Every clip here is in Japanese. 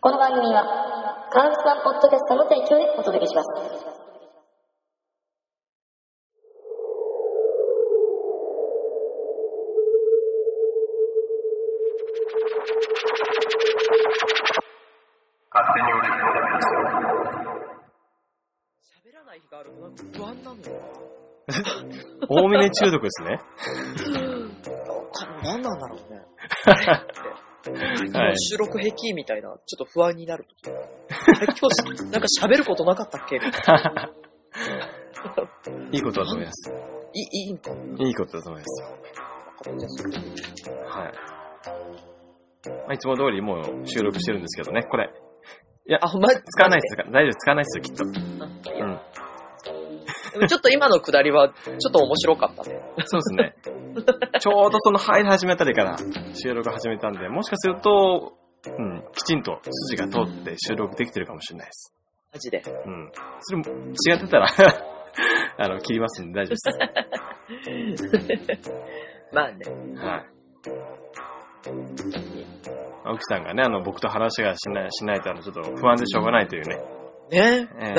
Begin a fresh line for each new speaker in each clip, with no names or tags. この番組は、カウスワンポッドキャストの提供でお届けします。
勝手に売れる
喋らない日があるとなんか不安なのよ。
大峰中毒ですね。
何なんだろうね。
はい。
収録癖みたいな、ちょっと不安になる 時。あれ今日、なんか喋ることなかったっけ
いいことだと思います。
いい、いんかな。
いいことだと思います。はい。まあ、いつも通りもう収録してるんですけどね、これ。
あ、ほんま
使
使
わないですから、大丈夫、使わないですよ、きっと。
い
うん
や。でもちょっと今のくだりは、ちょっと面白かったね。
そう ですね。ちょうどその入り始めたりから収録始めたんで、もしかすると、うん、きちんと筋が通って収録できてるかもしれないです。
マジで。
うん。それも違ってたら、 あの、切りますんで大丈夫で
まあね。
す。はい。奥さんがね、あの、僕と話がしない、しないと、あの、ちょっと不安でしょうがないというね。
ね
ええ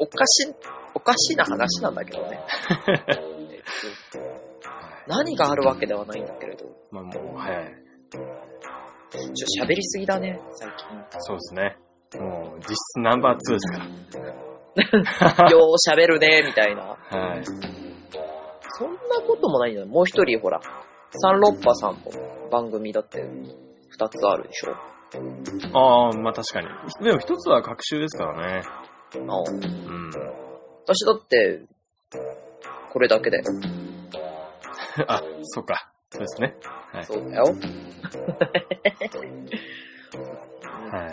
おかし、おかしな話なんだけど ね。えっと何があるわけではないんだけれど、
まあもう、はい。
ちょっと喋りすぎだね、最 近。
そうですね。もう、実質ナンバー2ですか
よう喋るね、みたいな。
ら。はい。
そんなこともないんだよ。もう一人、ほら、サンロッパさんも番組だって、二つあるでしょ。
ああ、まあ確かに。でも一つは学習ですからね。
ああ
うん。
私だって、これだけだよ。
あ、そっか。そうですね。はい。
そうだよ。
はい。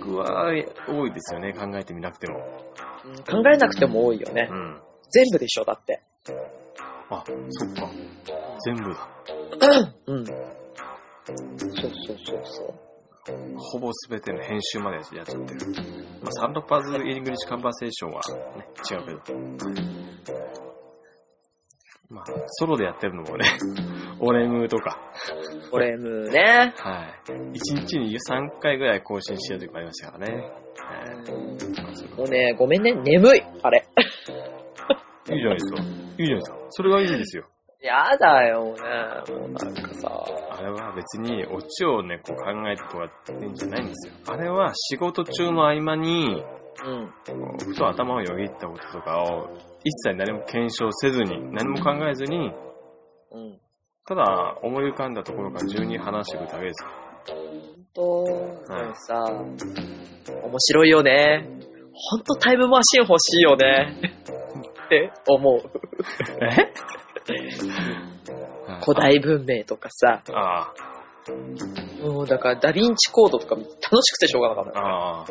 僕は、多いですよね。考えてみなくても。
うん考えなくても多いよね
う。ん。
全部でしょ、だって。
あ、そっか。全部だ。
うん。そうそうそうそう。
ほぼ全ての編集までやっちゃってる。まあ、サンドパーズ・イングリッシュ・カンバーセーションはね、違うけど。まあ、ソロでやってるのもね、オレムとか、
フレームね。
はい。一日に3回ぐらい更新してる時もありましたからね。
もうね、ごめんね、眠い。あれ。
いいじゃないですか。いいじゃないですか。それがいいんですよ。
やだよ、もうね。もうなんかさ。
あれは別にオチをね、こう考えてとかってんじゃないんですよ。あれは仕事中の合間に、
うん。
こうふと頭をよぎったこととかを、一切何も検証せずに、何も考えずに、
うん。
ただ思い浮かんだところから順に話していくだけですよ。
ほんと、でもさ、面白いよね。ほんとタイムマシン欲しいよね。って思う。
え
古代文明とかさ。
あ
もうだからダヴィンチコードとか楽しくてしょうがなかっ
あ、
た。
ああ。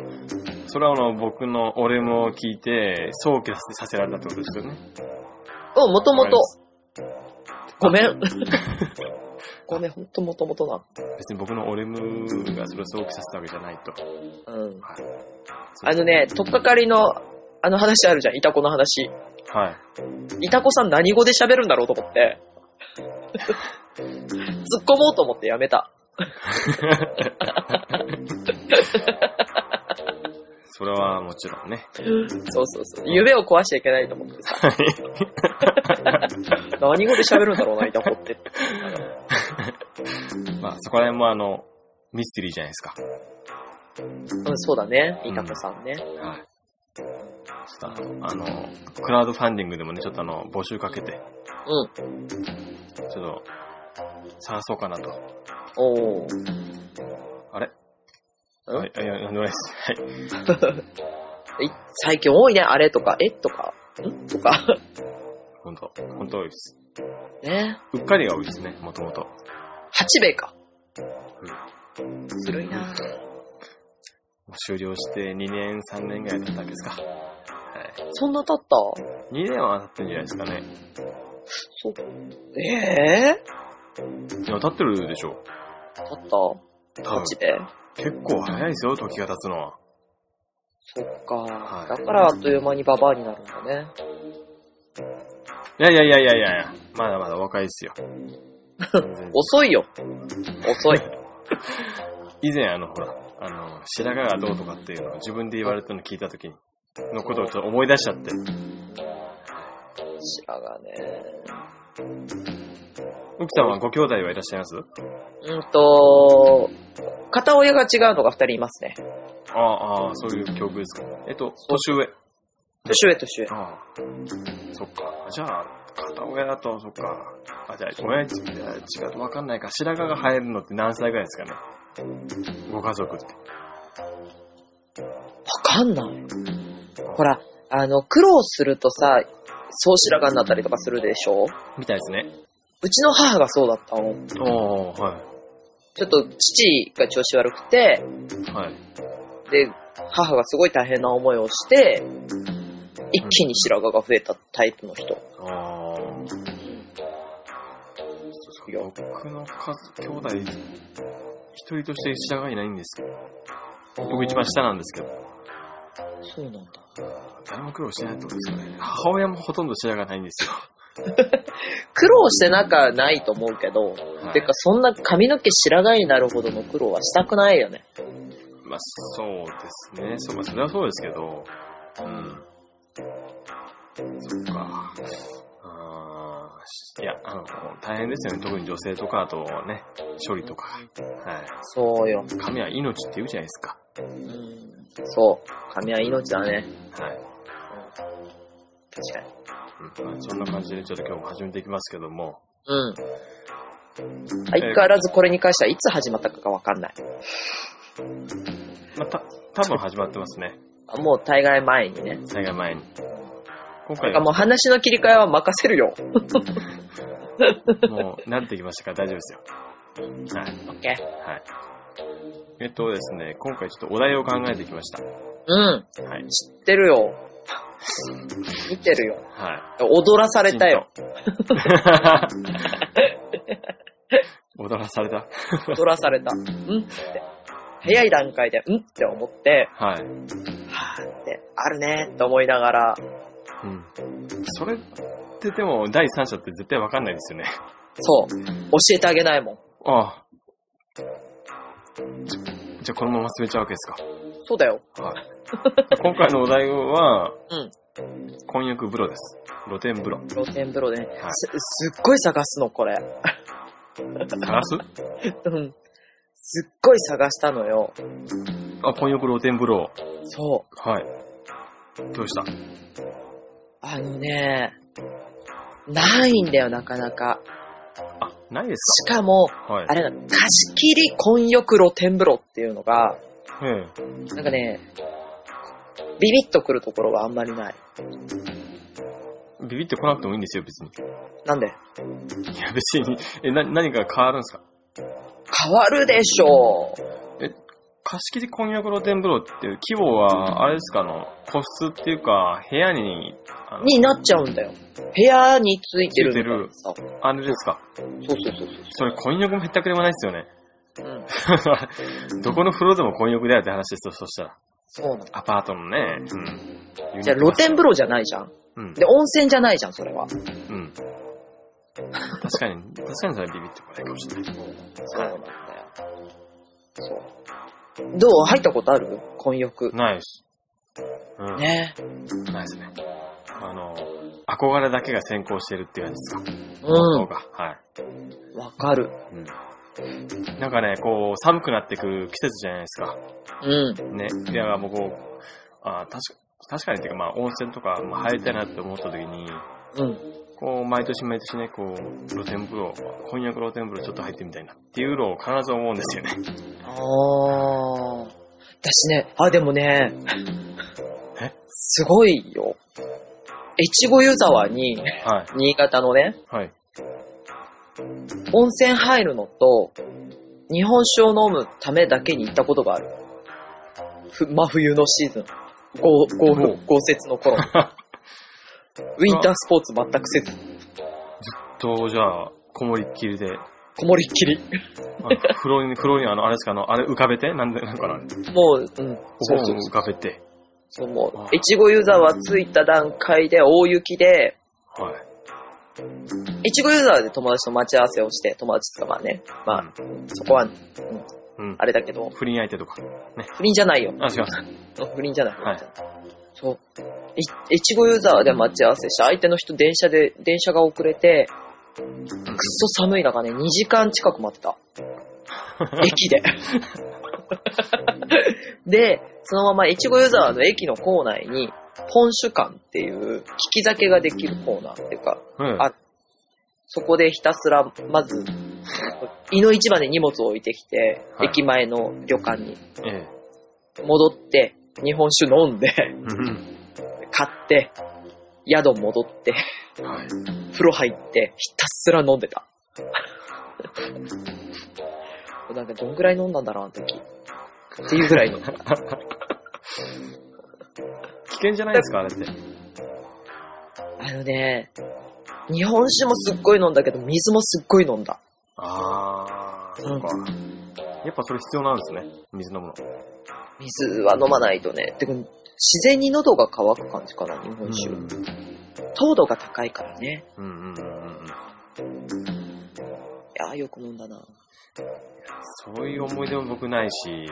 それはあの、僕の俺も聞いて、早期させられたってことですよね。
うん、もとも
わかり
とご
ま。
めん。 ごめん、ほんともともとな。
別に僕のオレムがそれを想起させたわけじゃないと。
うん。
はい
あのね、とっかかりの、あの話あるじゃん、イタコの話。
はい。
イタコさん何語で喋るんだろうと思 って。突っ込もうと思ってやめた。
それはもちろんね。
そうそうそう。夢を壊しちゃいけないと思ってさ。何語で喋るんだろうな、イタコ って。
まあ、そこら辺もあの、ミステリーじゃないですか。
うん、そうだね。イタコさんね。
はい。ちょっとあの、あのクラウドファンディングでもね、ちょっとあの、募集かけて、
うん。
ちょっと、探そうかなと。
おー。
あれ
ん
はい、いや、なんでもないです。はい。
え最近多いね、あれとか、えとか、んとか。
本当本当多いです。
ね。
うっかりが多いですね、もともと。
八兵衛か。ずるいな
終了して2年、3年ぐらい経ったんですか。はい。
そんな経った
2年は経ってるんじゃないです
そう。ええ
かね。いや、経ってるでしょ。
経った
多分
八兵衛
結構早いですよ、時が経つのは。
そっか。
い
だからあっという間にババアになるんだね。
いやいやいやいやいやいや、ま だまだお若いですよ。全然
遅いよ。遅い。
以前あの、ほら、あの、白髪がどうとかっていうのを自分で言われたの聞いた時に、のことをちょっと思い出しちゃって、
白髪ね。
奥さんはご兄弟はいらっしゃいます
うんと、片親が違うのが二人いますね。
ああ、ああ、そういう境遇ですか。えっと、年上。
年上年上。
ああ、そっか。じゃあ、片親だと、そっか。あ、じゃあ、親父じゃあ違うとわかんないか。白髪が生えるのって何歳ぐらいですかね。ご家族って。
わかんない。ほら、あの、苦労するとさ、総白髪になったりとかするでしょ
みたいですね。
うちの母がそうだったの。
おー、は
ちょっと父が調子悪くて、
い。はい。
で、母がすごい大変な思いをして、一気に白髪が増えたタイプの人。
ああ。僕の数、兄弟、一人として下がいないんですけど。僕一番下なんですけど、
そうなんだ。
誰も苦労してないってことですかね。母親もほとんど白髪ないんですよ。
苦労してなんかないと思うけど、
はい
てかそんな髪の毛白髪になるほどの苦労はしたくないよね。
まあ、そうですね。そう、まあ、それはそうですけど、うん。そっか。あーいや、あの、大変ですよね。特に女性とか、あとね、処理とか。はい。
そうよ。
髪は命って言うじゃないですか。
うん、そう。髪は命だね。
はい。
確かに。
うんまあそんな感じで、ちょっと今日も始めていきますけども。
うん。相変わらずこれに関してはいつ始まったかがわかんない。
まあ、た、多分始まってますね。
あもう大概前にね。
災害前に。今
な
回
んか
は
もう話の切り替えは任せるよ。
もう慣れてきましたから大丈夫ですよ。はい。
オッケー。
はい。えっとですね、今回ちょっとお題を考えてきました。
うん。
はい。
知ってるよ。見てるよ。
はい。
踊らされたよ。
踊らされた
踊らされた。うんって。早い段階で、うんって思って、
はい。
はぁって、あるねーって思いながら、
うん。それってでも、第三者って絶対わかんないですよね。
そう。教えてあげないもん。
ああ。じゃ、このまま進めちゃうわけです
そうだよ。
か。 はい。今回のお題は、
うん。
婚約風呂です。露天風呂。
露天風呂でね、
はい
す。すっごい探すの、これ。
探す
うん。すっごい探したのよ。
あ、婚約露天風呂。
そう。
はい。どうした
あのね、ないんだよ、なかなか。
あ、ないです
しかも、
かはい。
あれだ、貸し切り混浴露天風呂っていうのが、
え
なんかね、ビビッとくるところはあんまりない。
えビビってこなくてもいいんですよ、別に。
なんで
いや、別に。え、な、何か変わるんですか
変わるでしょう。
貸し切り婚約露天風呂っていう規模は、あれですか、あの、個室っていうか、部屋に、あの
になっちゃうんだよ。部屋についてるのがさ。
あれですか。
そうそうそうそう。
それ、婚約もへったくれもないですよね。
うん。
どこの風呂でも婚約だよって話ですよ、そしたら。
そうなの。
アパートのね、うん。
じゃあ露天風呂じゃないじゃん。
うん。
で、温泉じゃないじゃん、それは。
うん。確かに、確かにそれビビってこないかもしれない。
そうなんだよ。そう。どう入ったことある混浴。
ないです。うん。
ね。
ないですね。あの、憧れだけが先行してるっていう感じですか。
う
そうか。はい。
ん。わかる。
うん。なんかね、こう、寒くなってく季節じゃないですか。
うん。
ね、いや、もうこう、あー確か確かにっていうか、まあ、温泉とか、まあ、入りたいなって思った時に、
うん。
こう、毎年毎年ね、こう、露天風呂、婚約露天風呂ちょっと入ってみたいなっていうのを必ず思うんですよね。
ああ。私ね、あ、でもね
え、
すごいよ。越後湯沢に、
はい。
新潟のね、
はい。
温泉入るのと、日本酒を飲むためだけに行ったことがある。ふ真冬のシーズン。豪豪
おう
豪雪の 頃。ウィンタースポーツ全くせず、
と、じゃあ、こもりっき りで、
こもりっきり。
あの風呂に、風呂に、あの、あれですか、あの、あれ浮かべてなんで、なんかな、お
もう、うん。そうそ
盆
う
を浮かべて、
そう。も
あ
う、越後湯沢着いた段階で大雪で、
はい。
越後湯沢で友達と待ち合わせをして、友達つかまあね、まあ、そこは、うん
うん。
あれだけど、
不倫相手とか。
不倫じゃないよ。
あ、違う。
うん不倫じゃない。
はい
そう。い、いちごユーザーで待ち合わせした相手の人電車で、電車が遅れて、くっそ寒い中ね、2時間近く待ってた。 駅で。で、そのままいちごユーザーの駅の構内に、本酒館っていう、聞き酒ができるコーナーっていうか、
うん。
あそこでひたすら、まず、胃の市場で荷物を置いてきて、
はい
駅前の旅館に
ええ。
戻って、日本酒飲んで、
うん
買って、宿戻って、
うん。はい。
風呂入って、ひたすら飲んでた。 なんかどんぐらい飲んだんだろう、あの時。っていうぐらいの。
危険じゃないですか、あれって。
あのね、日本酒もすっごい飲んだけど、水もすっごい飲んだ。
あー、そっか。やっぱそれ必要なんですね。水飲むの。
水は飲まないとね。てか、自然に喉が渇く感じかな、日本酒。糖度が高いからね。
うんうんうんうんうん。
いやー、よく飲んだな。
そういう思い出も僕ないし、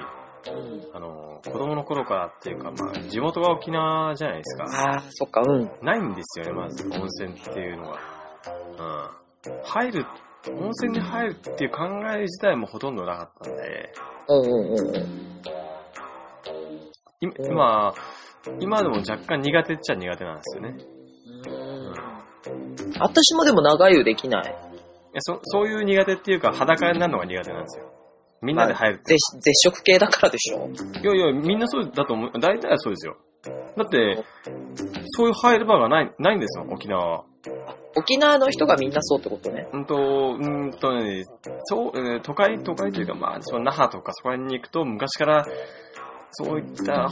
うん。
あの、子供の頃からっていうか、まあ、地元が沖縄じゃないですか。
あー、そっか、うん。
ないんですよね、まず、温泉っていうのが。うん。入る、温泉に入るっていう考え自体もほとんどなかったんで、
うんうんうんうん。
今
うん
今、今でも若干苦手っちゃ苦手なんですよね。
うん私もでも長湯できない。
いやそそういう苦手っていうか、裸になるのが苦手なんですよ。みんなで入るって。
絶絶食系だからでしょ
いやいや、みんなそうだと思う。大体はそうですよ。だって、そういう入る場がない、ないんですよ、沖縄は。
沖縄の人がみんなそうってことね。
うんと、うんとね、そう、えー都会、都会というか、まあ、その那覇とかそこら辺に行くと、昔から、そういった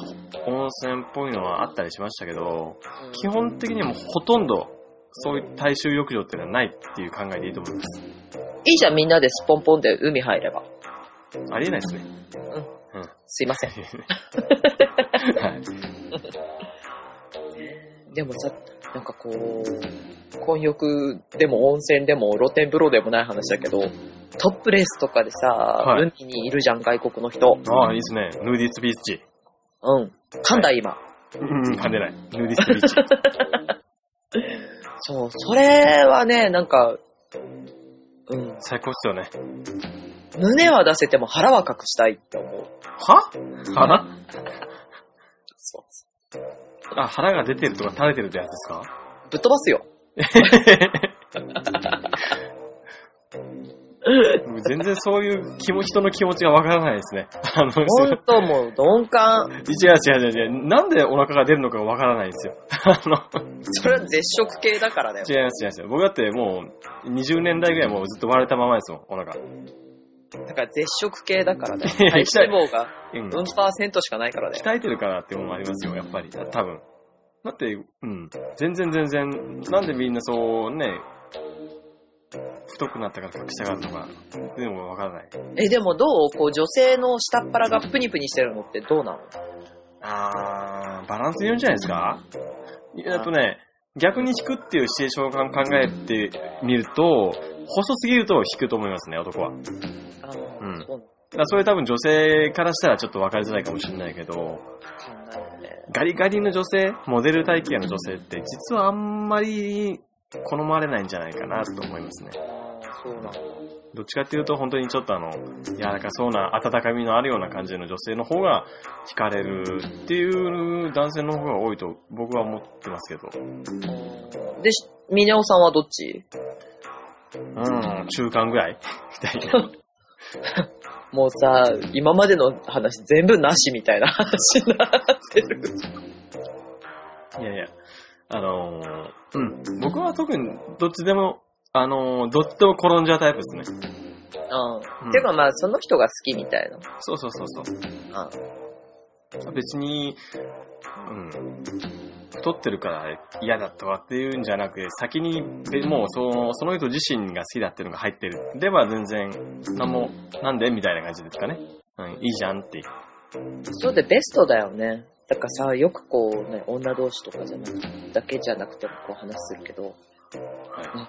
温泉っぽいのはあったりしましたけど、基本的にはもうほとんど、そういう大衆浴場っていうのはないっていう考えでいいと思います。
いいじゃん、みんなでスポンポンで海入れば。
ありえないですね。
すいません。
はい。
でもさ、なんかこう、混浴でも温泉でも露天風呂でもない話だけど、トップレスとかでさ、
はい
海にいるじゃん、外国の人。
ああ、いいですね。ヌーディスビーチ。
うん。噛んだ、今。
うん、うん、噛んでない。ヌーディスビーチ。
そう、それはね、なんか、うん。
最高っすよね。
胸は出せても腹は隠したいって思う。
は腹
そう
あ、腹が出てるとか垂れてるってやつです か
ぶっ飛ばすよ。
もう全然そういう気も人の気持ちがわからないですね。あの、違
ほん
う
ともう鈍感。
違う違う違う。なんでお腹が出るのかがわからないんですよ。あの、
それは絶食系だからだよ。
違います違います。僕だってもう20年代ぐらいもうずっと割れたままですもん、お腹。
だから絶食系だからだよ。
いや
体脂肪が
うん。
4%しかないからだよ。
鍛えてるからっていうのもありますよ、やっぱり。多分。だって、うん。全然全然、なんでみんなそうね、太くなったから隠したがるのか、でもわからない。
え、でもどうこう女性の下っ腹がプニプニしてるのってどうなの
あー、バランスによるんじゃないですかいや、あとね、逆に引くっていうシチュエーションを考えてみると、細すぎると引くと思いますね、男は。だか
あの、
うん
そう
らそれ多分女性からしたらちょっと分かりづらいかもしれないけど、
なんだよね。
ガリガリの女性、モデル体型の女性って実はあんまり好まれないんじゃないかなと思いますね。
あーそうなんだ。
どっちかっていうと本当にちょっとあの、柔らかそうな温かみのあるような感じの女性の方が惹かれるっていう男性の方が多いと僕は思ってますけど。
で、しミネオさんはどっち
うん、中間ぐらいみたいな。
もうさ、今までの話全部なしみたいな話になってる。
いやいや。あのーうん。僕は特にどっちでも、あのーどっちでも転んじゃうタイプですね。
う。
うんん
てかまあ、その人が好きみたいな。
そうそうそうそう
あ
あ。別に、うん。太ってるから嫌だとかっていうんじゃなくて、先に、でもうその、その人自身が好きだっていうのが入ってる。では全然、なんも、なんでみたいな感じですかね。うん、いいじゃんっていう。
そうでベストだよね。だからさ、よくこうね、女同士とかじゃなくだけじゃなくてもこう話するけど、
は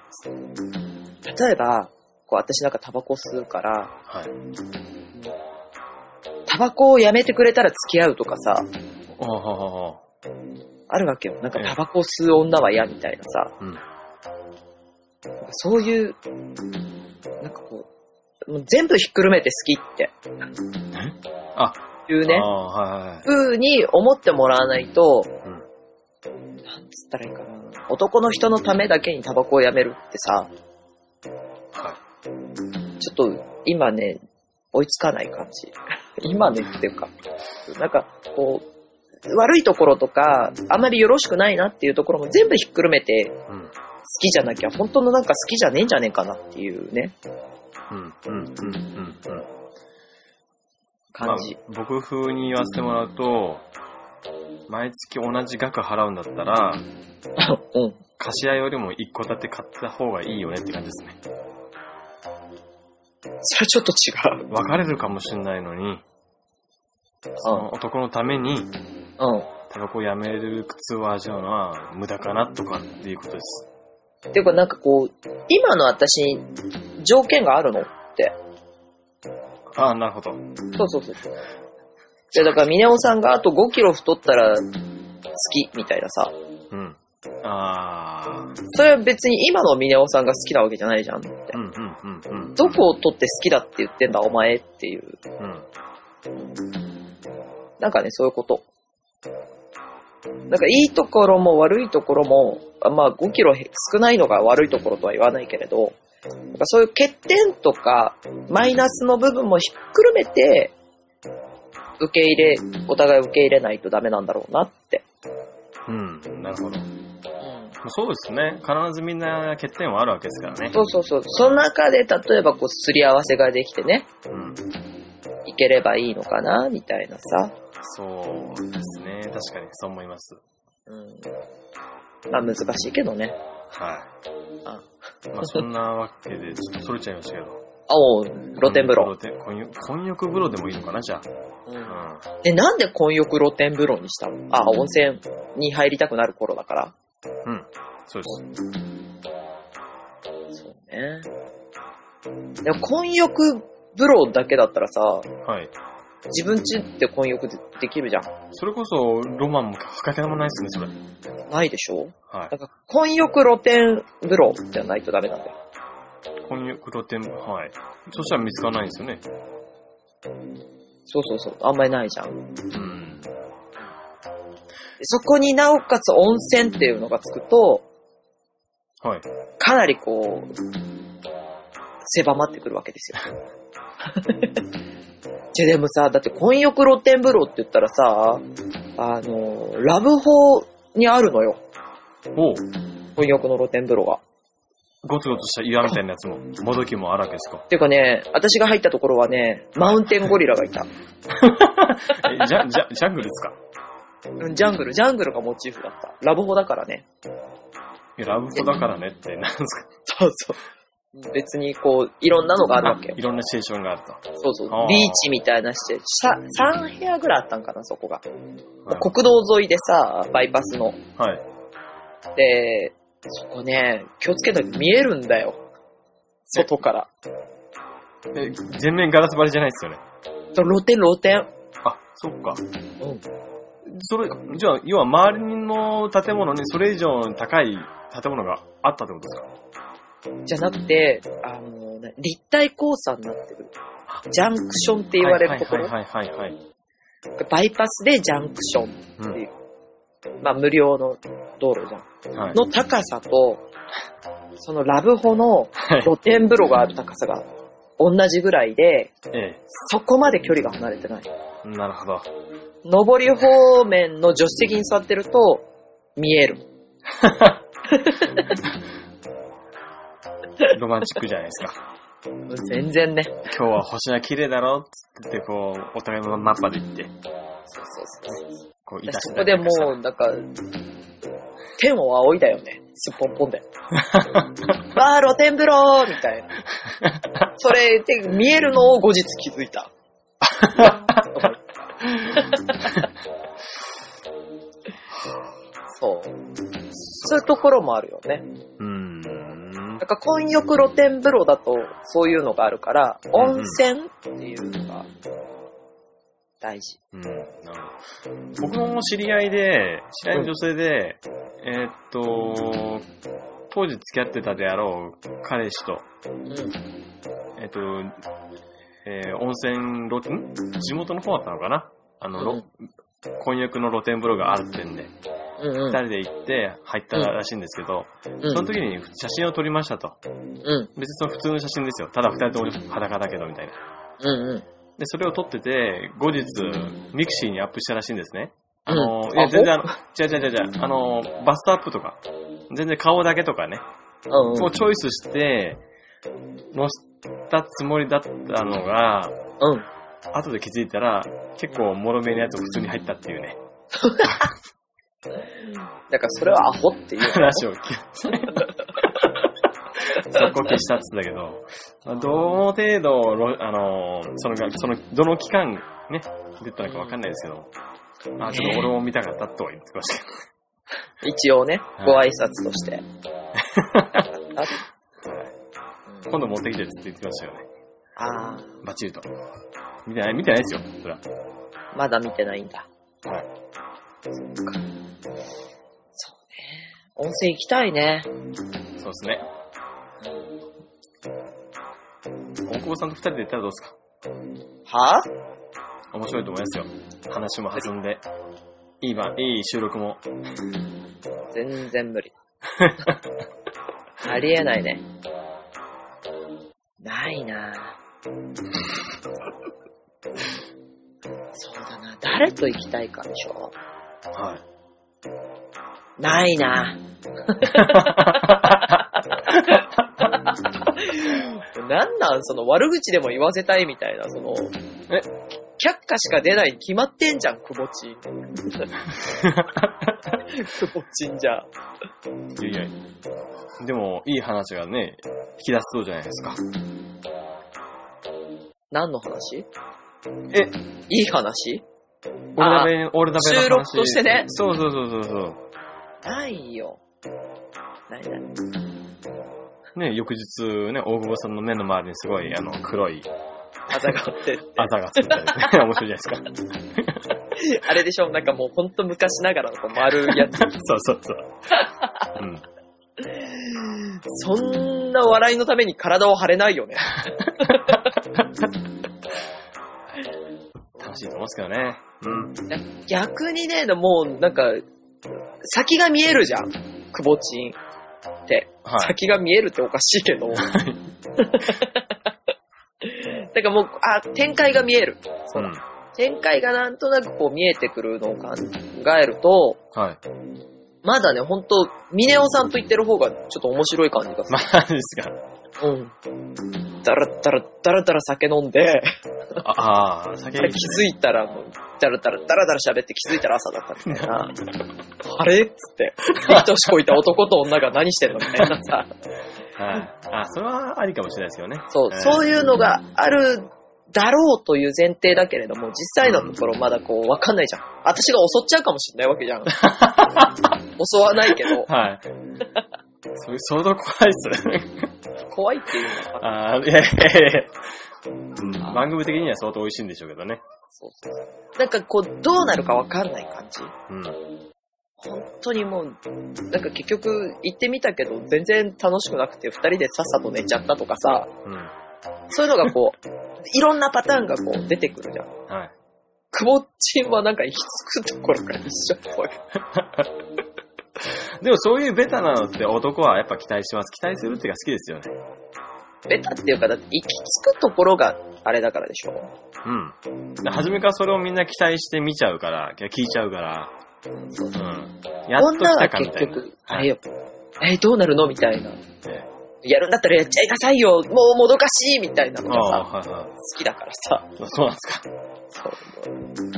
い。
例えば、こう私なんかタバコ吸うから、
はい。
タバコをやめてくれたら付き合うとかさ、
ああ、ああ、
あるわけよ。なんかタバコ吸う女は嫌みたいなさ、
うん。
そういう、なんかこう、もう全部ひっくるめて好きって
あ、
いうね
あ、あ、はいはいはい。
風に思ってもらわないと、
うん
なんつったらいいかな。男の人のためだけにタバコをやめるってさ、
はい。
ちょっと今ね、追いつかない感じ。 今ねっていうか、なんかこう、悪いところとか、あまりよろしくないなっていうところも全部ひっくるめて好
うん。
きじゃなきゃ、本当のなんか好きじゃねえんじゃねえかなっていうね、
うん。うん。うん。うん。うん。
感じ。
まあ僕風に言わせてもらうと、毎月同じ額払うんだったら、
うん。
貸し屋よりも一個建て買った方がいいよねって感じですね。
それはちょっと違う。
別れるかもしれないのに、その男のために
う
タバコをやめる苦痛を味わうのは無駄かなとかっていうことです。
ん。っていうかなんかこう、今の私に条件があるのって。
ああ、なるほど。
そうそうそうそう。いやだから、ミネオさんがあと5キロ太ったら、好き、みたいなさ。
うん。ああ、
それは別に今のミネオさんが好きなわけじゃないじゃんって。
うんうんうんうん。
どこを取って好きだって言ってんだ、お前っていう。
うん。
なんかね、そういうこと。なんか、いいところも悪いところも、あまあ、5キロへ少ないのが悪いところとは言わないけれど、なんかそういう欠点とか、マイナスの部分もひっくるめて、受け入れ、お互い受け入れないとダメなんだろうなって。
うん、なるほど。そうですね。必ずみんな欠点はあるわけですからね。
そうそうそう。その中で、例えば、こう、すり合わせができてね、
うん。
いければいいのかな、みたいなさ。
そうですね。確かにそう思います。
うん。まあ、難しいけどね。
はい。
あ、
まあそんなわけで、ちょっとそれちゃいましたけど。
あおう、露天風呂。
露天混浴混浴風呂でもいいのかな、じゃ
うん
あ。
で、なんで混浴露天風呂にしたのあ、温泉に入りたくなる頃だから。
うん。うん。そうです。
そうね。でも、混浴風呂だけだったらさ、
はい。
自分ちって混浴でできるじゃん。
それこそ、ロマンもかけらもないですね、それ。
ないでしょ
はい
だ。から、混浴露天風呂じゃないとダメなんだよ。
混浴露天、はい。そしたら見つからないんですよね。
そうそうそう。あんまりないじゃん。
うん。
そこになおかつ温泉っていうのがつくと、
はい。
かなりこう、狭まってくるわけです よ。じゃでもさ、だって混浴露天風呂って言ったらさ、あの、ラブホにあるのよ。
おう
混浴の露天風呂が。
ゴツゴツした岩みたいなやつも、もどきもあるわけですか。
ていうかね、私が入ったところはね、マウンテンゴリラがいた。
え、じゃ、じゃ、ジャングルですか
うんジャングル、ジャングルがモチーフだった。ラブホだからね。
いやラブホだからねって、なんですか
そうそう。別にこう、いろんなのがあるわけよ
い。ろんなシチュエーションがあると。
そうそう
あー。
ビーチみたいなして、さ3部屋ぐらいあったんかな、そこが。国道沿いでさ、バイパスの。
はい。
で、そこね、気をつけたら見えるんだよ。外から。
え、全面ガラス張りじゃないですよね。
露天、露天。
あ、そっか。
うん。
それ、じゃあ、要は周りの建物にそれ以上に高い建物があったってことですか
じゃなくて、あの、な立体交差になってる。ジャンクションって言われるところ。
はいはいはいはいはい。
バイパスでジャンクション
う
って
ん
いう。まあ、無料の道路じゃん。
はい。
の高さと、そのラブホの露天風呂がある高さが同じぐらいで、
え
そこまで距離が離れてない。
え、なるほど。
上り方面の助手席に座ってると、見える。
ロマンチックじゃないですか。
全然ね。
今日は星が綺麗だろっつって、こう、お互いのマッパで行って、
そうそうそう。
こう、い
で
た
そ
し
こでもう、なんか、天を仰いだよね。すっぽんぽん で。わあ、露天風呂みたいな。それで、見えるのを後日気づい た。そう。そういうところもあるよね。
うーん。
なんか、混浴露天風呂だと、そういうのがあるから、
うんうん
温泉っていうのが、大事。
うん、なるほど。僕も知り合いで、知り合いの女性で、えーっと、当時付き合ってたであろう彼氏と、
うん。
えーっと、えー温泉露天地元の方だったのかなあの、ろ婚約の露天風呂があるってんで、
うんう
二
ん。
人で行って入ったらしいんですけど、
うん
その時に写真を撮りましたと。
うん。
別にその普通の写真ですよ。ただ二人とも裸だけどみたいな。
うんうん。
で、それを撮ってて、後日、ミクシーにアップしたらしいんですね。
うん
あの、い
あ
や、全然あの、じゃじゃじゃじゃ、あの、バストアップとか、全然顔だけとかね、
うんうん。
をチョイスして、載したつもりだったのが、
うん。
後で気づいたら、結構もろめのやつを普通に入ったっていうね、
だからそれはアホっていうの。
話を聞きました。そこ消したっつったけど、まあどの程度、ろあの、その、その、どの期間、ね、出たのかわかんないですけど、あ、ちょっと俺も見たかったとは言ってましたけど
一応ね、
い
ご挨拶と して。あ
今度持ってきてって言ってましたよね。
あ
バッチリと。見てない、見てないですよ、そら。
ー、まだ見てないんだ。
はい。
温泉行きたいね。
そうですね。大久保さんと二人で行ったらどうですか
は
面白いと思いますよ。話も弾んで。いい番、いい収録も。
全然 無理。ありえないね。ない なぁそうだな誰と行きたいかでしょ
はい。
ないなぁなんなんその悪口でも言わせたいみたいな、その、
え
却下しか出ないに決まってんじゃん、くぼちん。くぼちんじゃ。
いやいや。でも、いい話がね、引き出せそうじゃないですか。
何の話
え、
いい話
俺だべ、俺だべの話。
収録としてね
そうそうそうそうそ
ないよ。ないない。
う。ね、翌日、ね、大久保さんの目の周りにすごい、あの、黒い
あざがってって。
あざがつい てる。面白いじゃないですか。
あれでしょなんかもうほんと昔ながらのこう丸いや つ。
そうそうそう。うん。
そんな笑いのために体を張れないよね。
楽しいと思うんですけどね。うん。
逆にね、でももうなんか、先が見えるじゃん。くぼちんって。
はい。
先が見えるっておかしいけど。 だからもう、あ、展開が見える。
う
そ
ん。
う展開がなんとなくこう見えてくるのを考えると、
はい。
まだね、ほんと、ミネオさんと言ってる方がちょっと面白い感じがする
マジですか。
うん。だらだら、だらだら酒飲んで、
ああー、酒
気
いいです
づいたらもう、だらだら、だらだら喋って気づいたら朝だったみたいな。あれっつって、ビートしこいた男と女が何してんのみたいなさ。
ね。はい。あ、それはありかもしれないですよね。
そう、
えー
そういうのがあるだろうという前提だけれども、実際のところまだこう、わかんないじゃん。私が襲っちゃうかもしれないわけじ ゃん。襲わないけど、
はい。そ れ、相当怖いっすね。
怖いっていうのは。
あーいやいやいやうん番組的には相当美味しいんでしょうけどね。
そうそうなんかこう、どうなるかわかんない感じ。
うん。
本当にもう、なんか結局行ってみたけど、全然楽しくなくて、二人でさっさと寝ちゃったとかさ、
うん。
そういうのがこう、いろんなパターンがこう出てくるじゃん。
はい。
くぼっちんはなんか行き着くところが一緒っぽい。
でもそういうベタなのって男はやっぱ期待します。期待するっていうか好きですよね。
ベタっていうか、だって行き着くところがあれだからでしょ。
うん。で初めからそれをみんな期待して見ちゃうから、いや聞いちゃうから。
そう
うん。やっと
女
来
は
たかみ
結
たいな。
局、あれよ、えーどうなるのみたいな。
え
やるんだったらやっちゃいなさいよもうもどかしいみたいな
え
の
あ
が
あ、
さ、
はいはい。
好きだからさ。
そうそうなんですか。
そ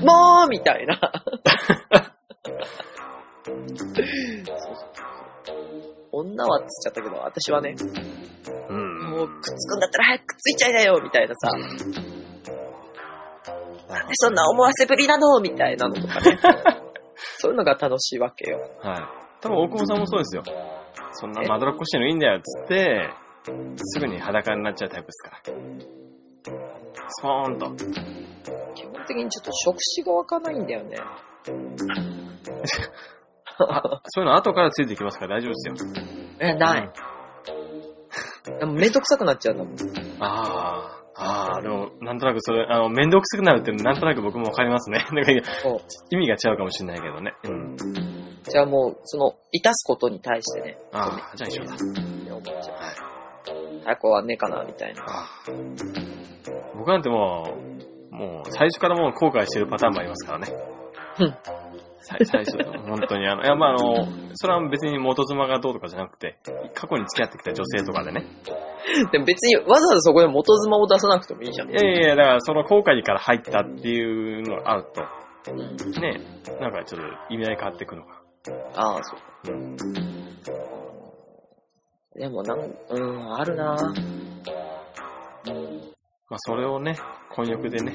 うもうみたいな。 女はっつっちゃったけど、私はね、
うん。
もうくっつくんだったら早くくっついちゃいなよみたいなさ、なんでそんな思わせぶりなのみたいなのとか ね。そういうのが楽しいわけよ。
はい。多分大久保さんもそうですよ。そんなまどろっこしいのいいんだよっつって、すぐに裸になっちゃうタイプですから。スポーンと。
気持的にちょっと触手が湧かないんだよ ね。
そういうの後からついてきますから大丈夫ですよ。
え、ない。でもめんどくさくなっちゃうんだもん。
ああ、ああ、でも、なんとなくそれ、あの、めんどくさくなるって、なんとなく僕もわかりますね。 なんか
そ
意味が違うかもしれないけどね。うん。
う。じゃあもう、その、いたすことに対してね、
ああ、じゃあ一緒だ。
思っちゃ
はい。
う。タコはねえかな、みたいな。
ああ僕なんてもう、もう最初からもう後悔してるパターンもありますからね。
うん
最最初、本当にあの、いやまああの、それは別に元妻がどうとかじゃなくて、過去に付き合ってきた女性とかでね。
でも別にわざわざそこで元妻を出さなくてもいいじゃん。
いやいやいや、だからその後悔から入ったっていうのがあると、ね、なんかちょっと意味合い変わってくるのか。
ああ、そう。
うん。
でもなん、うん、あるな
まあそれをね、婚欲でね、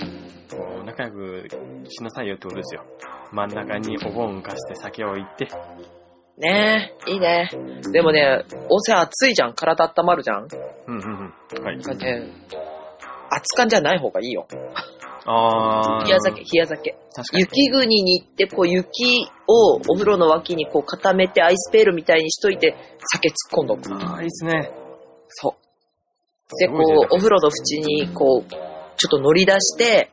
こう仲良くしなさいよってことですよ。真ん中にお盆浮かして酒を置いて、
ねえ、いいね。でもね、温泉暑いじゃん。体温まるじゃん。
うんうんうん。は
な
い。
んかね、熱感じゃない方がいいよ。
あー。
冷や酒、冷や酒。
確かに。
雪国に行って、こう雪をお風呂の脇にこう固めてアイスペールみたいにしといて、酒突っ込んどく。
ああ、いいっすね。
そう。
す
で、
ご
こ
いね
う、お風呂の縁に、こう、ちょっと乗り出して、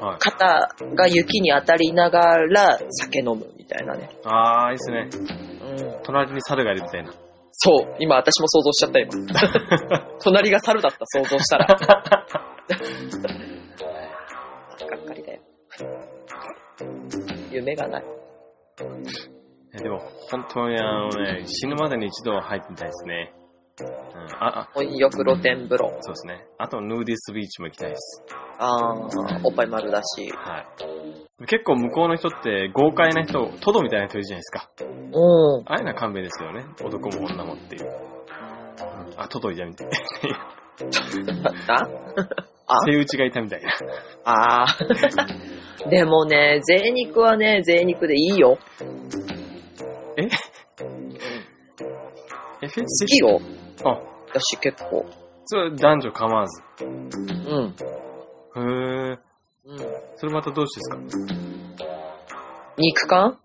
はい。
肩が雪に当たりながら酒飲むみたいなね。
ああ、いいっすね。
うん。
隣に猿がいるみたいな。
そう。今私も想像しちゃった今。 隣が猿だった想像した ら。がっかりだよ。夢がない。
えでも、本当にあのね、死ぬまでに一度は入ってみたいですね。うん。あ、あ、
温浴露天風呂。
そうですね。あと、ヌーディスビーチも行きたいです。
あー、おっぱい丸だし。
はい。結構向こうの人って豪快な人、トドみたいな人いるじゃないですか。
うん。
ああいうのは勘弁ですよね。男も女もっていう。うんあ、トドいたみたい。
ああ
セイウチがいたみたいな。
あー。 でもね、贅肉はね、贅肉でいいよ。
え、フェ
好
チ
きよ。
あ、
私結構。
それは男女構わず。
うん。
へえ。
うん。
それまたどうしてですか
肉感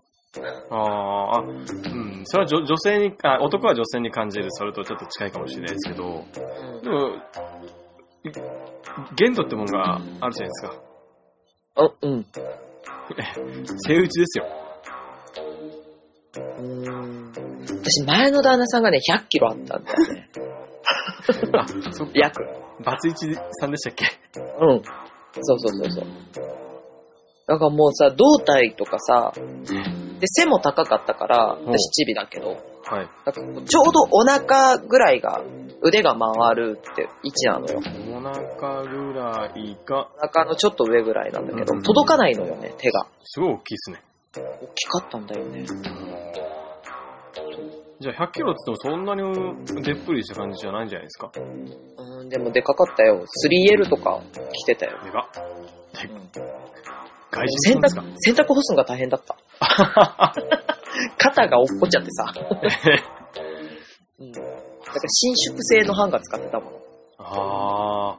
あーあ、うん、それは女女性にあ、男は女性に感じる、それとちょっと近いかもしれないですけど、でも、い限度ってもんがあるじゃないですか。
あ、うん。
セイウチですよ。
うん。私、前の旦那さんがね、100キロあったんだよね。
あ、そっか。
約。
バツイチさんでしたっけ
うん。そうそうそうそう。だからもうさ、胴体とかさ、で、背も高かったから、
ん
私チビだけど、
はい。
だからこうちょうどお腹ぐらいが、腕が回るって位置なのよ。
お腹ぐらいが、
お腹のちょっと上ぐらいなんだけ
うん
ど、届かないのよね、手が。
すごい大きいですね。
大きかったんだよね。
じゃあ100キロって言ってもそんなにでっぷりした感じじゃないんじゃないですか。
うん、でもでかかったよ。3L とか着てたよ。
でかっ。
うん
外人
洗
さんです
濯
か、
洗濯干すのが大変だ った。肩が落っこっちゃってさ。うん。だから伸縮性のハンガー使ってたもん。
あ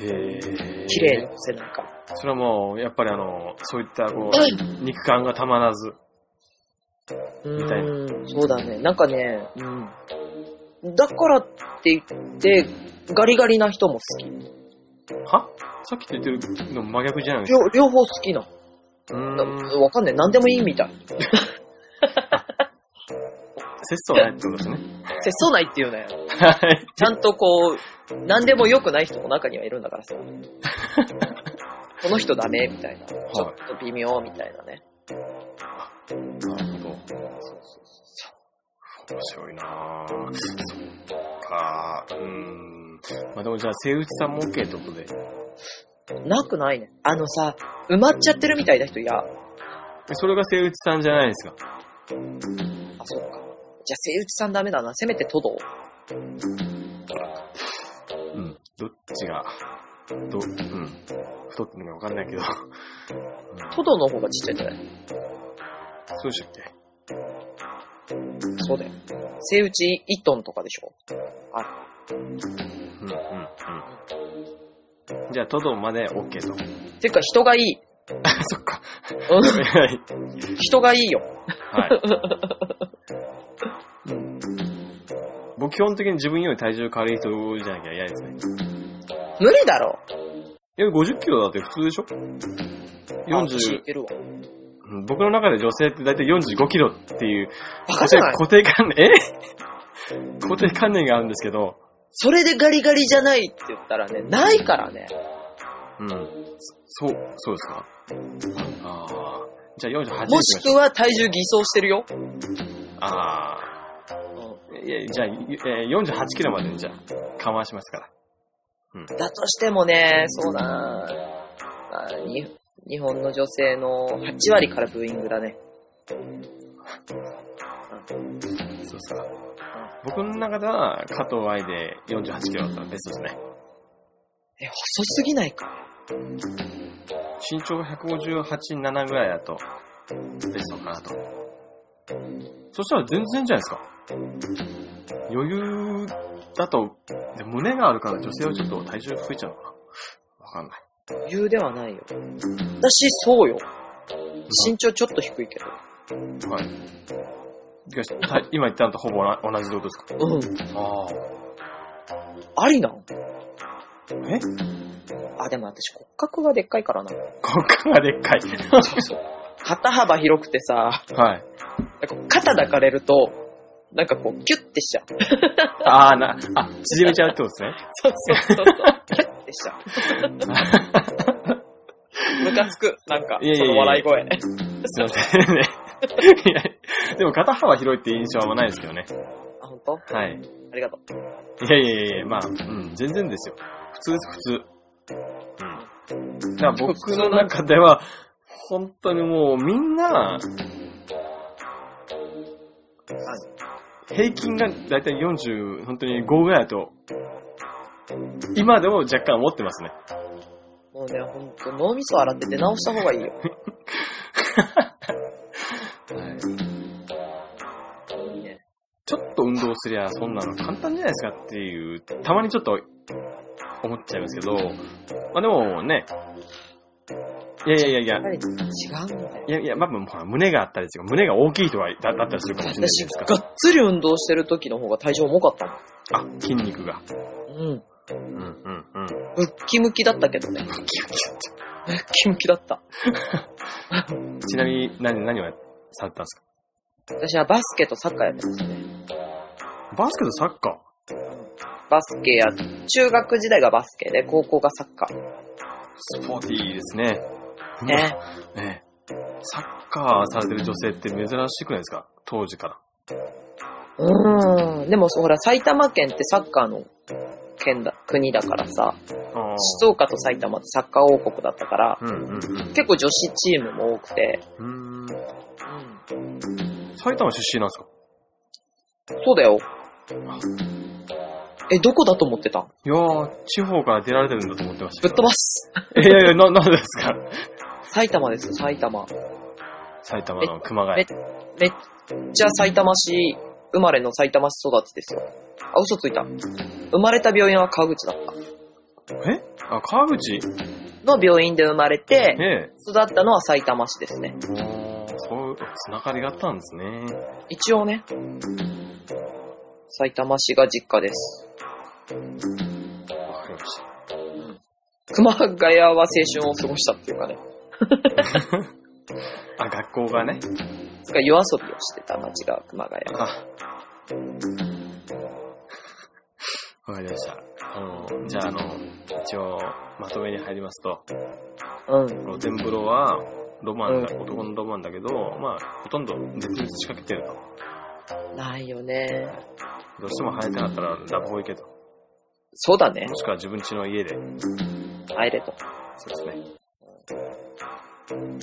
ー。へえ。
綺麗に干せないから。
それはもう、やっぱりあの、そういったこ
うん
う、肉感がたまらず。みたいな
うんそうだね。なんかね、うん。だからって言って、ガリガリな人も好き。
はさっきと言ってるの真逆じゃないです
両両方好きな。
か。う
な
ーん。
わかんない。何でもいいみたい。
節操ないってことですね。
節操ないっていうね。
はい。
ちゃんとこう、何でも良くない人も中にはいるんだからさ。 この人ダメみたいな。ちょっと微妙みたいなね。
なるほど。面白いなぁ。そっかぁ。うーん。まあでもじゃあ、セイウチさんも OK ってことで。
なくないね。あのさ、埋まっちゃってるみたいな人いや。あ、
それがセイウチさんじゃないですか。
そうか。じゃあ、セイウチさんダメだな。せめてトド。
うん。どっちが、ど、うん。太ってるのかわかんないけど。
トドの方がちっちゃいんじゃない
そうでしたっけ
そうだよ。セイウチ1トンとかでしょ
うんうんうん。じゃあ、トドまで OK と。
ていうか人がいい。
そっか。
うん
はい。
人がいいよ。
はい。僕、基本的に自分より体重軽い人じゃなきゃ嫌ですね。
無理だろ。
いや、50キロだって普通でしょ
あ私言っ
?40、
てるわ。
うん僕の中で女性って大体45キロっていう
バカじゃない
固定観念、え固定観念があるんですけど、
それでガリガリじゃないって言ったらね、ないからね。
うん。そそう、そうですか。ああ。じゃあ48キロ。
もしくは体重偽装してるよ。
ああ。いや、じゃあ、えー48キロまでにじゃあ、かましますから。
だとしてもね、そうだなあに日本の女性の8割からブーイングだね。
そうですか。僕の中では、加藤愛で48キロだったらベストですね。
え、細すぎないか。
身長が158、7ぐらいだと、ベストかなと。そしたら全然じゃないですか。余裕だと、で胸があるから女性はちょっと体重増えちゃうのかなわかんない。
言うではないよ。私、そうよ。身長ちょっと低いけど。
はい。しかし、た今言ったのとほぼ同同じってことです
う
か
ん。
ああ。
ありなん
え
あ、でも私骨格がでっかいからな。
骨格がでっかい。
肩幅広くてさ、
はい。
なんか肩抱かれると、なんかこう、キュッてしちゃう。
ああ、な、あ、縮めちゃうってことですね。
そうそうそうそう。キュッてしちゃう。ムカつく。なんか、
いやいやい
そ
や
の笑い声。
すいませんね。いやでも肩幅広いって印象はあんまないですけどね。
あ、本当？
はい。い
ありがとう。
やいやいやいや、まあ、うん、全然ですよ。普通です、普通。うん。だから僕の中では、本当にもうみんな、平均がだいたい40、本当に5ぐらいだと、今でも若干思ってますね。
もうね、ほんと、脳みそ洗って出直した方がいいよ。
はい。
いいね。
ちょっと運動すりゃそんなの簡単じゃないですかっていう、たまにちょっと思っちゃいますけど、まあでもね、いやいやいや
やっ
い
ぱり違うんだよ。
や、いやいや、まあまあ胸があったりですとか、胸が大きい人がだだったりするかもしれないじ
私、
ゃない
がっつり運動してる時の方が体重重かった
ですか。あ、筋肉が。
もん。うん。
うんうんうん。
ムッキムキだったけどね。ムッキムキだった。
ちなみに何、何をやされてたんです
私はバスケとサッカーやってましたね。
かバスケとサッカ
バスケや、中学時代がバスケで、高校がサッカー。
ースポーティーですね。
ね。
うん。ねサッカーされてる女性って珍しくないですか当時から。
うーん。でもそう、ほら、埼玉県ってサッカーの県だ、国だからさ、
あー
静岡と埼玉ってサッカー王国だったから、
うんうん
結構女子チームも多くて、
うん。うーん埼玉出身なんですか
そうだよ。え、どこだと思ってた
いやー、地方から出られてるんだと思ってまし
ぶ
た
っ
けど。
飛ばす。
いやい や、な、なんですか
埼玉ですよ、埼玉。
埼玉の熊谷
え。めっちゃ埼玉市、生まれの埼玉市育ちですよ。あ、嘘ついた。生まれた病院は川口だった。
えあ、川口
の病院で生まれて、
ねえ。
育ったのは埼玉市ですね。
おーそういう、つながりがあったんですね。
一応ね。埼玉市が実家です。
わかりました。
熊谷は青春を過ごしたっていうかね。
あ、学校がね。
つか夜遊びをしてた町が熊谷。
あ。わかりました。あの、じゃあ、あの、一応、まとめに入りますと、
うん。
露天風呂は、ロマンだ、男のロマンだけど、まあ、ほとんど絶滅しかけてると。
ないよね。
どうしても生えてなかったら、ラブホ行けと。
そうだね
も。しくは自分家の家で、
入れと。
そうですね。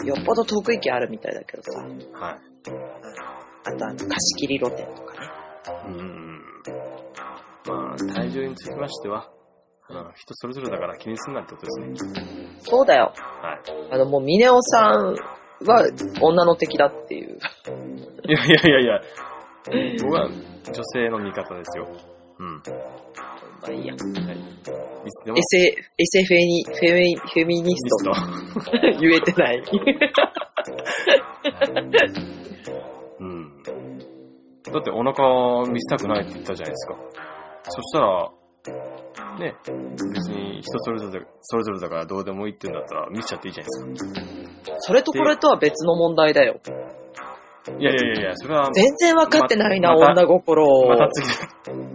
よっぽど得意気あるみたいだけどさ。
はい。
あとあの、貸し切り露店とかね。
うん。まあ、体重につきましては、うん、人それぞれだから気にすんなってことですね。
そうだよ。
は
あの、もう、ミネオさんは女の敵だっていう。
い。いやいやいやいや、僕は女性の味方ですよ。うん。
まあいいや。
はい。いつでも
エ、セ、エセフェニ、フェミフェミニ
ミ
ス
ス
ト
ト。
の言えてない。
うん。だってお腹見せたくないって言ったじゃないですか。そしたら、ね、別に人それぞれ、それぞれだからどうでもいいって言うんだったら見せちゃっていいじゃないです
それとこれとは別の問題だよ。
か。いやいやいやいや、それは、
全然わかってないな、
ままた
女心を。
また次の、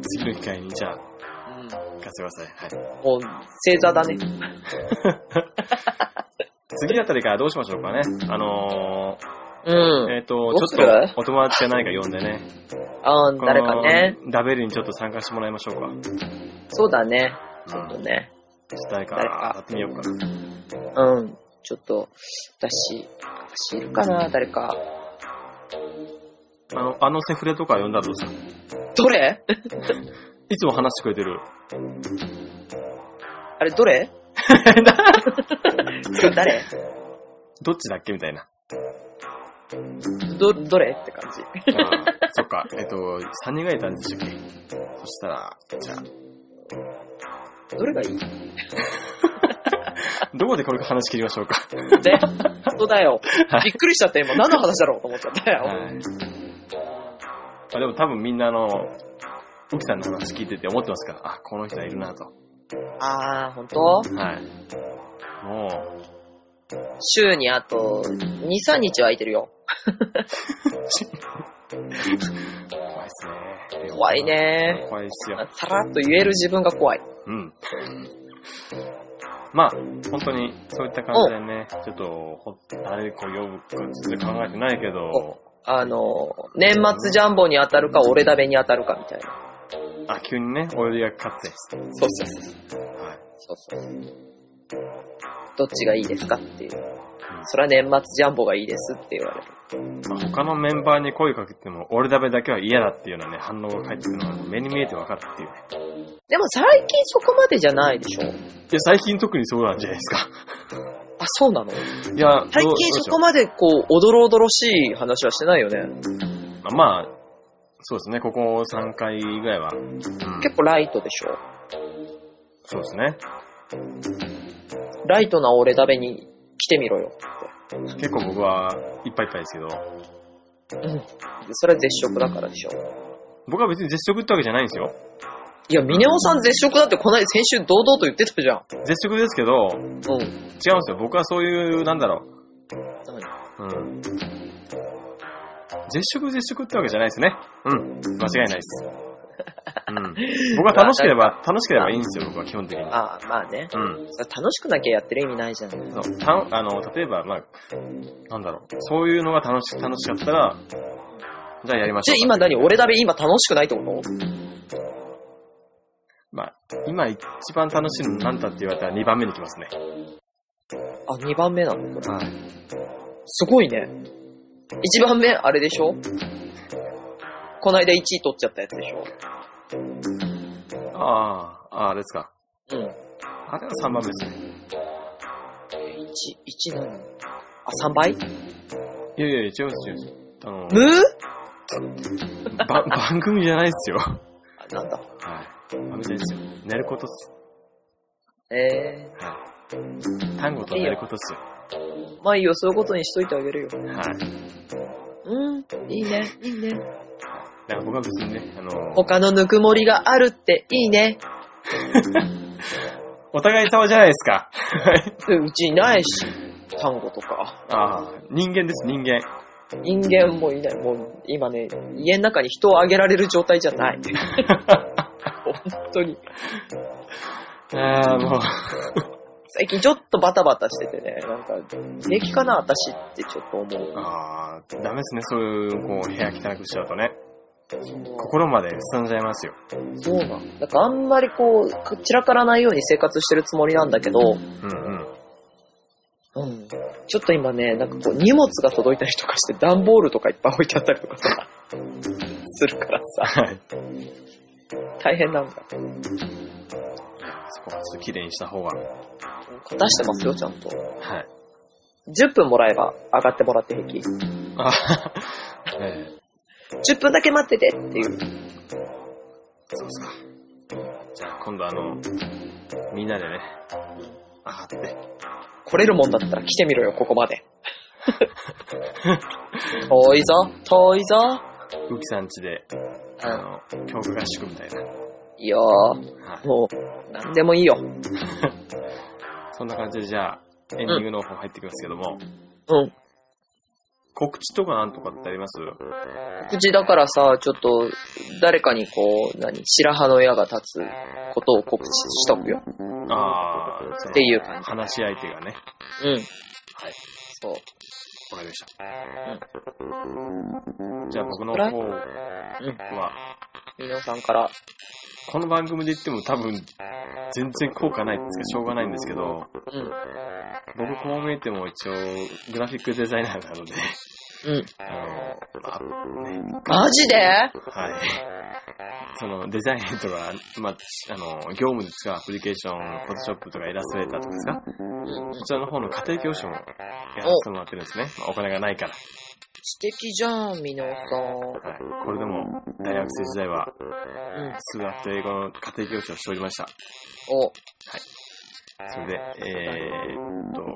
次の機会に、じゃあ、
うん
聞かせてください。はい。
もう、星座だね。
次あたりからどうしましょうかね。あの
うん
ー、。えっ、と、ち
ど
ょ
うする
っとお友達か何か呼んでね。
あー誰かね。
この。ダベリにちょっと参加してもらいましょうか。うん。ちょ
そうだね。ちょ
っ
っとね。
と誰か
誰か
やってみようか。
うん。ちょっと、私、私いるかな、誰か。
あの、あのセフレとか呼んだらどうする
どれ
いつも話してくれてる。
あれ、どれ それ誰
どっちだっけみたいな。
ど、どれって感じ。
じゃあそっ か。えっと、3人ぐらいいたんでしたっけそしたら、じゃあ、
どれがい い
どこでこれ話切りましょうか。
ね、本当だよ。びっくりしちゃった今。何の話だろうと思っちゃったよ。
はい。あでも多分みんなあの、奥さんの話聞いてて思ってますから、あ、この人はいるなと。
あー、本当
はい。もう、
週にあと、2、3日は空いてるよ。
怖いっすね。
怖い。ね。
怖いっすよ。
さらっと言える自分が怖い。
うん。まあ、本当に、そういった感じでね、ちょっと、ほ誰こう呼ぶか、ちょっと考えてないけど、
あの、年末ジャンボに当たるか、俺だべに当たるかみたいな。
あ、急にね、お呼びがかかって。
そうそうそう。
はい。
そうそう。どっちがいいですかっていう。それは年末ジャンボがいいですって言われる。
まあ他のメンバーに声かけても、俺だべだけは嫌だっていうようなね、反応が返ってくるのが目に見えて分かるっていうね。
でも最近そこまでじゃないでしょ
で、最近特にそうなんじゃないですか。
あ、そうなの
いや、
最
どう
近そこまでこう、おどろおどろしい話はしてないよね。
どうしようまあ、そうですね、ここ3回ぐらいは。うん
結構ライトでしょ
そうですね。
ライトな俺だべに来てみろよ。
結構僕はいっぱいいっぱいですけど、
うん。それは絶食だからでしょ。
僕は別に絶食ってわけじゃないんですよ。い
いや、ミネオさん絶食だってこない先週堂々と言ってたじゃん。
絶食ですけど、違うんで
うん。
すよ。僕はそういう、なんだろう。うん。絶食絶食ってわけじゃないですね。うん。間違いないです。うん。 僕は楽しければ、楽しければいいんですよ、僕は基本的に。
ああ、まあね。
うん。
それ楽しくなきゃやってる意味ないじゃん。うん。
そうたのあの、例えば、まあ、なんだろう。そういうのが楽し、楽しかったら、じゃあやりまし
じゃ
ょ
あ
う。
今何俺だべ今楽しくないってこと
まあ、今一番楽しいのなんだって言われたら2番目に来ますね。
あ、2番目なのこれ。
はい。
すごいね。1番目、あれでしょこないだ1位取っちゃったやつでしょ
ああ、ああれですか。
うん。
あれは3番目ですね。
1、1何あ、3倍
いやいやいや、違います、違います。あの、
む
ば番組じゃないですよ。は
あ、なんだ。
い。番組じゃないですよ。寝ることっす。
え
はい。単語と寝ることっすよ。
ー、まあいいよ、そういうことにしといてあげるよ。
はい。だ
うん、いいね、いいね。
から僕は別にね、あの、
他のぬくもりがあるっていいね。
お互い様じゃないですか。はい。
うんうちいないし、サンゴとか。
ああ、人間です、人間。
人間もいない。もう今ね、家の中に人をあげられる状態じゃない。本当に。
ああ、もう。
最近ちょっとバタバタしててね、なんか、平気かな、私ってちょっと思う。
ああ、ダメですね、そういう、こう、部屋汚くしちゃうとね。心まで進んじゃいますよ。
そうなん。なんかあんまりこう、か散らからないように生活してるつもりなんだけど、
うんうん。
うん。ちょっと今ね、なんかこう、荷物が届いたりとかして、段ボールとかいっぱい置いてあったりとかさ、するからさ、
はい。
大変なんだ。
そこはちょっと綺麗にした方が。
出してますよ、ちゃんと。
はい。
10分もらえば上がってもらって平気。
ああ、ええ
10分だけ待っててっていう。
そうですか。じゃあ今度あの、みんなでね、あーって、
来れるもんだったら来てみろよ、ここまで。遠いぞ、遠いぞ。
ウキさん家で、あの、強化合宿みたいな。
いやー、
はい。
もう、なんでもいいよ。
そんな感じでじゃあ、エンディングの方入ってきますけども、
うん。
告知とかなんとかってあります
告知だからさ、ちょっと、誰かにこう、何、白羽の矢が立つことを告知しとくよ。
あー、その
っていう感じ
話し相手がね、
うん。
はい。
そう。
わかりました。じゃあ僕の
こ
方
うん。
は、
みのさんから。
この番組で言っても多分、全然効果ないっていうか、しょうがないんですけど、
うん。
僕こう見えても一応、グラフィックデザイナーなので、
うん。
あの、あ
マジで
はい。その、デザインとか、まあ、あの、業務で使うアプリケーション、フォトショップとかイラストレーターとかですか
うん。
そちらの方の家庭教師もやらせてもらってるんですね。まあお金がないから。
素敵じゃん、みのさん。
はい。これでも、大学生時代は、
うん。
数学と英語の家庭教師をしておりました。
お、
それで、えーっと、フ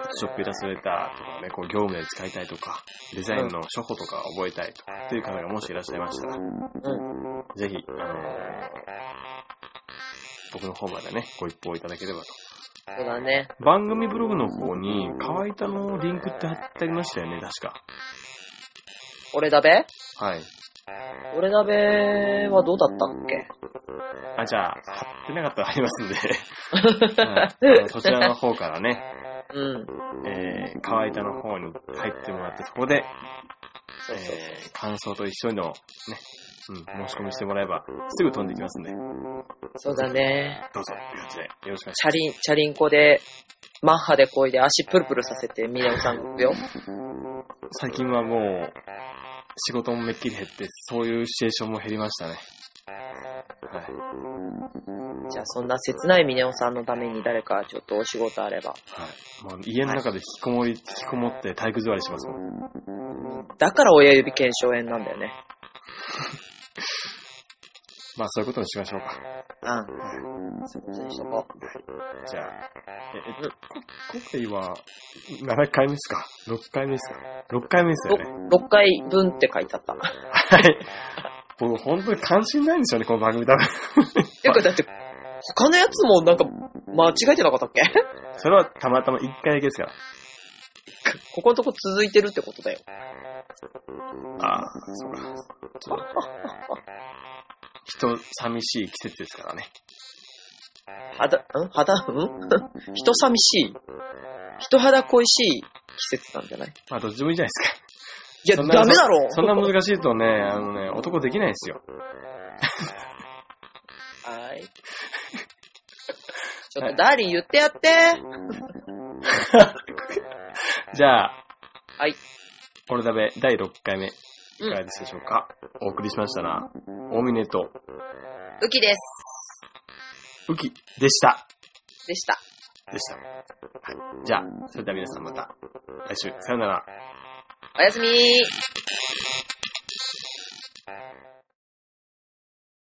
ォトショップイラストレーターとかね、こう業務で使いたいとか、デザインの初歩とか覚えたいとか、っていう方がもしいらっしゃいましたら、
う
ぜひ、あの僕の方までね、ご一報いただければと。
ん。そうだね。
番組ブログの方に、乾いたのリンクって貼ってありましたよね、確
俺だべ
か。はい。
俺だべはどうだったっけ
あ、じゃあ、貼ってなかったらありますんで、 はいあのそちらの方からね、
うん。
えー、乾いたの方に入ってもらって、そこで、
そうそうそう。
えー感想と一緒の、ね、うん、申し込みしてもらえば、すぐ飛んできますんで、
そうだね。
どうぞ、という感じで、よろしくお願いし
チャリン、チャリンコで、マッハで漕いで足プルプルさせて、みなみさん行くよ。
ます。最近はもう、仕事もめっきり減って、そういうシチュエーションも減りましたね。はい。
じゃあ、そんな切ないみねおさんのために誰かちょっとお仕事あれば。
はい。もう家の中で引きこもり、引きこもって体育座りしますもん。
だから親指腱鞘炎なんだよね。
まあそういうことにしましょうか。
うん。そういうことにしとこう。
じゃあ、え、えっと、こ今回は、7回目ですか ?6 回目ですか ?6 回目ですよね。
6回分って書いてあった。
はい。僕本当に関心ないんでしょうね、この番組多分。
ていうか、だって、他のやつもなんか、間違えてなかったっけ
それはたまたま1回だけですから。
ここのとこ続いてるってことだよ。
ああ、そうか。ちょっと人寂しい季節ですからね。
肌、ん肌、ん人寂しい。人肌恋しい季節なんじゃない
まあどっちでもいいじゃないですか。
いや、
そんな
ダメだろ
そんな難しいとね、あのね、男できないんですよ。
はい。ちょっと、ダーリン言ってやって。
じゃあ、
はい。
俺だべ第6回目、いかがでしたでしょうか、お送りしましたな、大峰と
ウキです。
ウキでした。
でした。
でした。はい。じゃあ、それでは皆さんまた来週、さよなら。
おやすみ